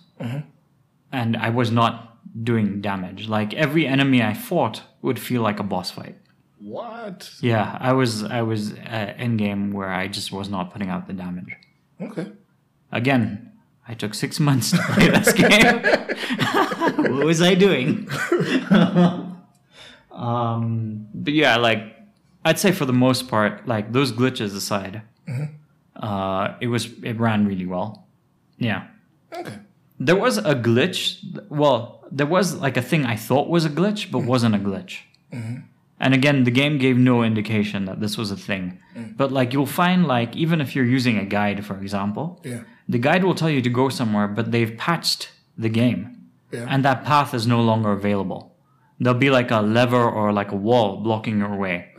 And I was not doing damage. Like every enemy I fought would feel like a boss fight.
what?
Yeah, I was I was uh, end game where I just was not putting out the damage.
Okay.
Again, I took six months to play this game. what was I doing? um, but yeah, like I'd say for the most part, like those glitches aside, uh, it was it ran really well. Yeah,
Okay.
there was a glitch. Well, there was like a thing I thought was a glitch, but wasn't a glitch. And again, the game gave no indication that this was a thing. But like you'll find, like even if you're using a guide, for example,
Yeah.
the guide will tell you to go somewhere, but they've patched the game,
Yeah.
and that path is no longer available. There'll be like a lever or like a wall blocking your way.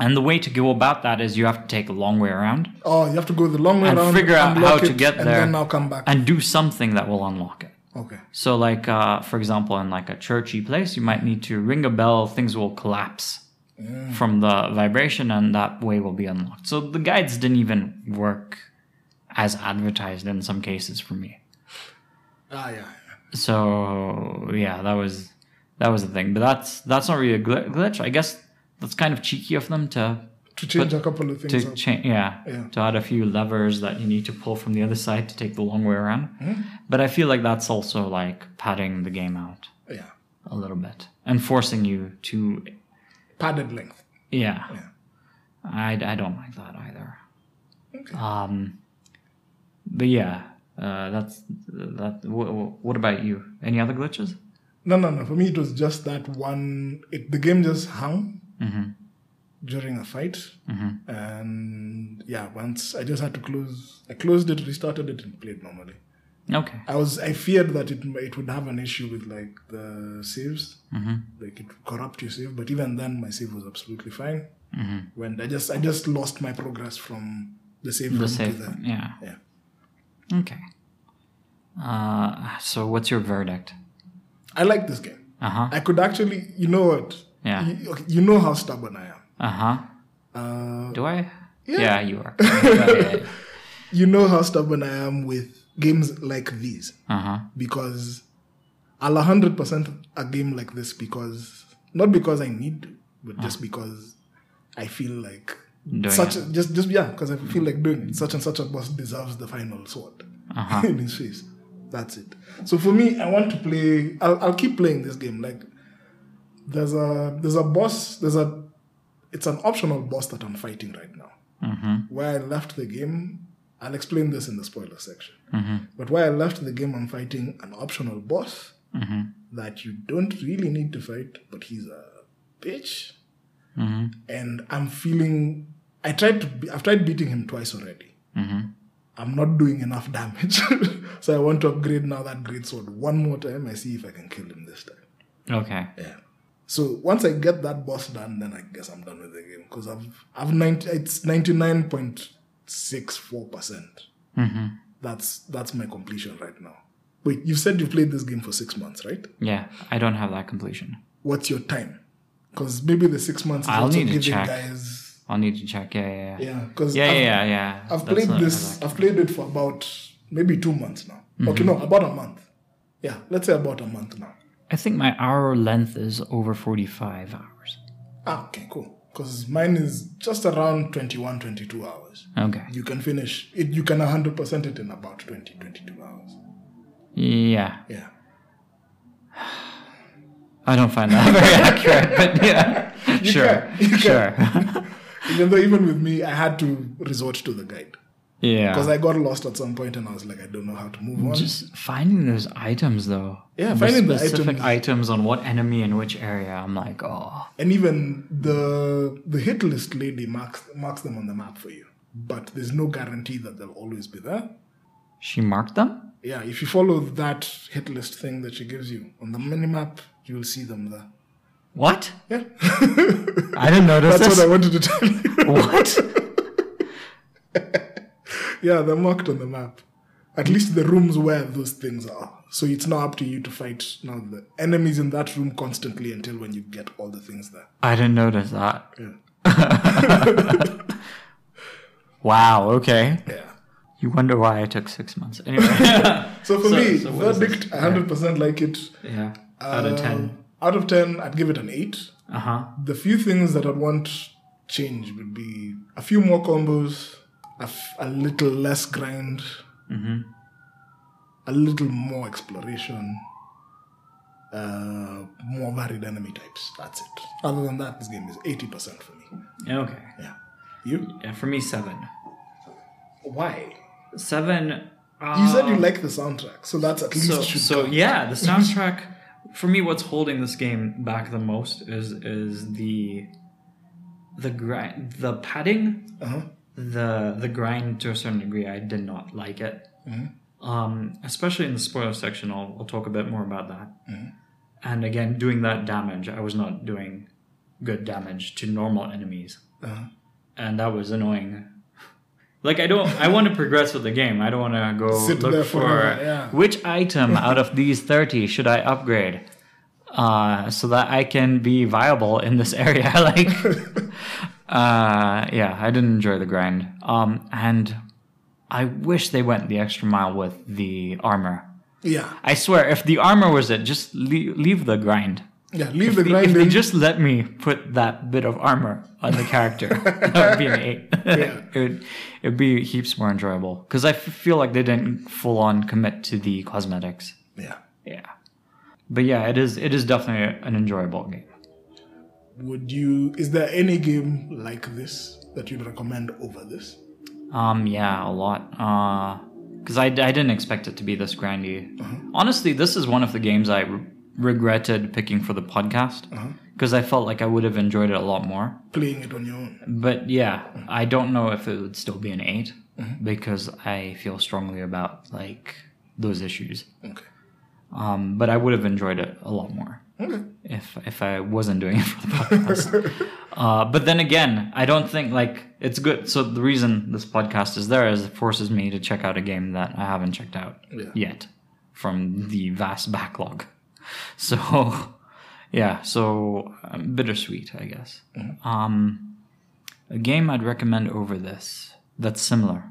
And the way to go about that is you have to take a long way around
oh, you have to go the long way
And
around.
figure out
unlock
how to
it,
get
and
there.
then now come back.
and do something that will unlock it.
okay.
So, like uh, for example, in like a churchy place, you might need to ring a bell. Things will collapse from the vibration, and that way will be unlocked. So the guides didn't even work as advertised in some cases for me.
Ah, yeah. yeah.
So yeah, that was that was the thing. But that's that's not really a gl- glitch. I guess that's kind of cheeky of them to
To change a couple of things
to
up.
change. Yeah,
Yeah.
to add a few levers that you need to pull from the other side to take the long way around.
Hmm?
But I feel like that's also like padding the game out
Yeah.
a little bit and forcing you to
Padded length.
yeah,
Yeah.
I, I don't like that either
Okay.
um but yeah uh that's that wh- wh- what about you any other glitches
No, no, no. For me, it was just that one. It, the game just hung
Mm-hmm.
during a fight, and yeah, once I just had to close. I closed it, restarted it, and played normally.
okay
I was I feared that it it would have an issue with like the saves, mm-hmm. like it would corrupt your save. But even then, my save was absolutely fine. Mm-hmm. When I just I just lost my progress from the save
the
room
safe
to the
yeah
yeah.
okay uh so what's your verdict
I like this game.
uh-huh
I could actually, you know what?
Yeah.
You, okay, you know how stubborn I am.
uh-huh
Uh,
do i
Yeah.
you are Yeah, yeah, yeah.
you know how stubborn I am with games like these
uh-huh
because I'll 100% a game like this because not because I need to, but
Uh-huh.
just because I feel like
Doing
such a, just just yeah because I feel like doing it. Such and such a boss deserves the final sword in his face. That's it. So for me, I want to play. I'll, I'll keep playing this game. Like there's a there's a boss. There's a it's an optional boss that I'm fighting right now. Where I left the game, I'll explain this in the spoiler section. But where I left the game, I'm fighting an optional boss that you don't really need to fight, but he's a bitch and I'm feeling I tried to be, I've tried beating him twice already.
Mm-hmm.
I'm not doing enough damage, so I want to upgrade now that great sword one more time. I see if I can kill him this time.
okay
Yeah. So once I get that boss done, then I guess I'm done with the game because I've I've 90, it's ninety nine point six four percent.
Mm-hmm.
That's that's my completion right now. Wait, you said you played this game for six months, right?
yeah i don't have that completion
What's your time? Because maybe the six months is
I'll
also
need to
giving
check.
guys.
i'll need to check yeah yeah yeah
Yeah, because
yeah yeah yeah, yeah.
I've
That's
played
not-
this. I've played it for about maybe two months now.
Mm-hmm.
Okay, no, about a month. Yeah, let's say about a month now.
I think my hour length is over 45 hours.
Ah, okay, cool. Because mine is just around 21, 22 hours.
Okay.
You can finish it. You can 100% it in about 20, 22 hours.
Yeah.
Yeah.
I don't find that very accurate, but yeah. sure.
can, you can.
Sure.
Even though, even with me, I had to resort to the guide because
yeah.
I got lost at some point and I was like, I don't know how to move on.
Just finding those items, though.
Yeah, finding the
specific
items.
items on what enemy in which area. I'm like, oh.
and even the the hit list lady marks marks them on the map for you, but there's no guarantee that they'll always be there.
She marked them?
yeah, if you follow that hit list thing that she gives you on the minimap, You'll see them there.
What?
Yeah.
I didn't notice
That's what I
this.
wanted to tell you.
What?
yeah, they're marked on the map. At least the rooms where those things are. So it's now up to you to fight now the enemies in that room constantly until when you get all the things there.
I didn't notice that.
Yeah.
Wow. Okay.
Yeah.
You wonder why I took six months. Anyway.
So for
So-
me,
so what is
verdict, I 100% like it.
yeah. Out of ten.
Um, Out of 10, I'd give it an 8.
Uh huh.
The few things that I'd want change would be a few more combos, a, f- a little less grind,
Mm-hmm.
a little more exploration, uh, more varied enemy types. That's it. Other than that, this game is 80% for me.
Okay.
Yeah. You?
Yeah, for me, seven.
Why?
Seven. Uh,
You said you like the soundtrack, so that's at least
so,
should
so yeah, the soundtrack for me, what's holding this game back the most is is the the grind, the padding,
Uh-huh.
the the grind to a certain degree. I did not like it, um, especially in the spoiler section. I'll, I'll talk a bit more about that. And again, doing that damage, I was not doing good damage to normal enemies,
Uh-huh.
and that was annoying. Like I don't, I want to progress with the game. I don't want to go
Sit
look
there
for
forever, yeah.
which item out of these thirty should I upgrade, uh, so that I can be viable in this area. like, uh, yeah, I didn't enjoy the grind, um, and I wish they went the extra mile with the armor.
Yeah.
I swear, if the armor was it, just leave, leave the grind.
Yeah, leave the
If they- if
grind
they
in.
just let me put that bit of armor on the character, that would be an eight. it would it'd be heaps more enjoyable because I f- feel like they didn't full on commit to the cosmetics.
yeah.
Yeah, but yeah, it is it is definitely an enjoyable game.
Would you? Is there any game like this that you'd recommend over this?
Um, yeah, a lot. Because I, I didn't expect it to be this grindy. Honestly, this is one of the games I re- regretted picking for the podcast because I felt like I would have enjoyed it a lot more.
Playing it on your own.
But yeah, I don't know if it would still be an 8 because I feel strongly about like those issues.
Okay.
Um, but I would have enjoyed it a lot more
Okay.
if if I wasn't doing it for the podcast. uh, but then again, I don't think like it's good. So the reason this podcast is there is it forces me to check out a game that I haven't checked out
Yeah.
yet from the vast backlog. So yeah, so um, bittersweet, I guess.
Mm-hmm.
Um, a game I'd recommend over this that's similar.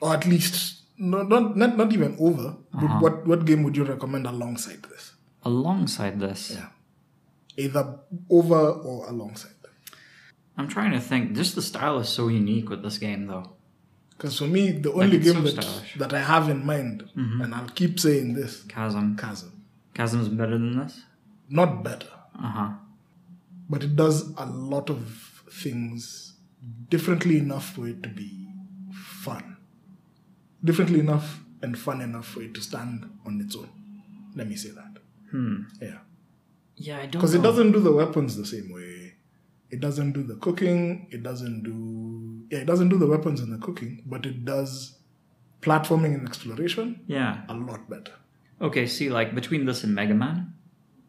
Or at least no, not not not even over. But what what game would you recommend alongside this?
Alongside this,
Yeah. Either over or alongside.
I'm trying to think. Just the style is so unique with this game, though.
Because for me, the only
it's
game
so
that
stylish.
that I have in mind, and I'll keep saying this,
Chasm.
Chasm.
Chasm's better than this?
Not better,
Uh huh.
but it does a lot of things differently enough for it to be fun. Differently enough and fun enough for it to stand on its own. Let me say that.
Hmm.
Yeah.
Yeah, I don't.
Because it
know.
doesn't do the weapons the same way. It doesn't do the cooking. It doesn't do. Yeah, it doesn't do the weapons and the cooking, but it does platforming and exploration
Yeah.
a lot better.
Okay. See, like between this and Mega Man,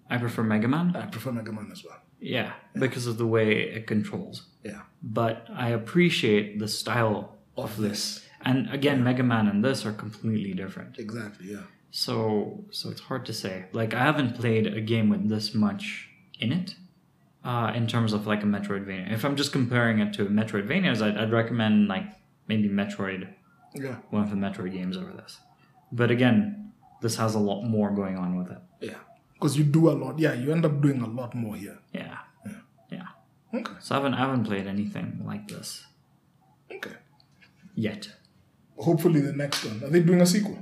I prefer Mega Man.
I prefer Mega Man as well.
Yeah, because of the way it controls.
Yeah.
But I appreciate the style of this. And again, Mega Man and this are completely different.
Exactly, yeah.
So, so it's hard to say. Like, I haven't played a game with this much in it. Uh, in terms of like a Metroidvania, if I'm just comparing it to Metroidvanias, I'd, I'd recommend like maybe Metroid
Yeah,
one of the Metroid games over this. But again, this has a lot more going on with it.
yeah. Because you do a lot. Yeah, you end up doing a lot more here.
Yeah. Yeah.
Okay,
So I haven't, I haven't played anything like this
okay.
yet.
Hopefully, the next one. Are they doing a sequel?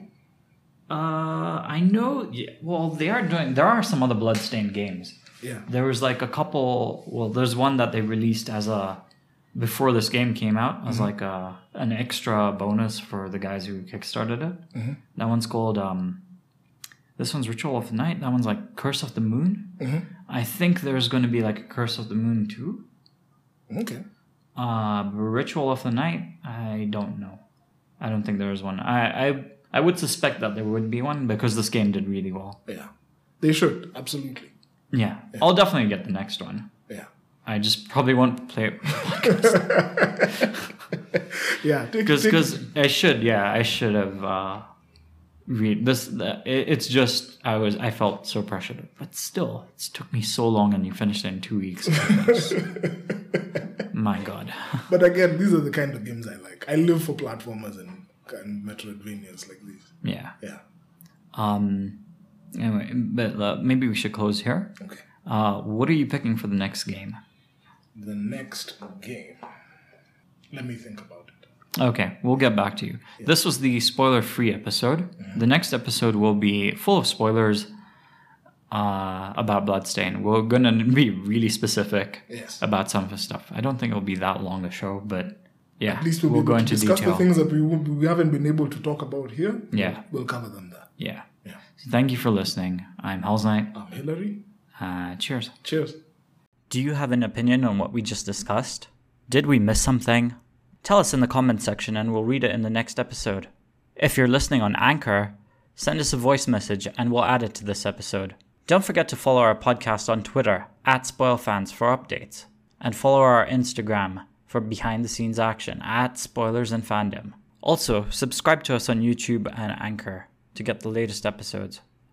Uh, I know. Yeah, well, they are doing. There are some other Bloodstained games.
Yeah.
There was like a couple. Well, there's one that they released as a before this game came out as like a an extra bonus for the guys who kickstarted it. That one's called. Um, this one's Ritual of the Night. That one's like Curse of the Moon. I think there's going to be like a Curse of the Moon too.
Okay.
Uh, Ritual of the Night. I don't know. I don't think there is one. I I I would suspect that there would be one because this game did really well.
Yeah. They should, absolutely.
Yeah. I'll definitely get the next one.
Yeah.
I just probably won't play it
Yeah. Take,
because
take-
I should. Yeah, I should have uh, read this. The, it, it's just I was I felt so pressured, but still, it took me so long, and you finished it in two weeks. My God.
But again, these are the kind of games I like. I live for platformers and, and Metroidvanias like these.
Yeah.
Yeah.
Um. Anyway, but uh, maybe we should close here.
Okay.
Uh, what are you picking for the next game?
The next game. Let me think about it.
Okay, we'll get back to you. This was the spoiler free episode. The next episode will be full of spoilers uh, about Bloodstain. We're going to be really specific
Yes.
about some of the stuff. I don't think it'll be that long a show, but yeah,
At least we'll,
we'll
be
go
able
into
to discuss
detail.
the things that we, won't- we haven't been able to talk about here.
Yeah,
We'll cover them there.
yeah.
Yeah.
So thank you for listening. I'm Hell's Knight.
Um, Hillary,
Uh, cheers.
cheers.
Do you have an opinion on what we just discussed? Did we miss something? Tell us in the comments section and we'll read it in the next episode. If you're listening on Anchor, send us a voice message and we'll add it to this episode. Don't forget to follow our podcast on Twitter at SpoilFans for updates, and follow our Instagram for behind the scenes action at Spoilers and Fandom. Also, subscribe to us on YouTube and Anchor to get the latest episodes.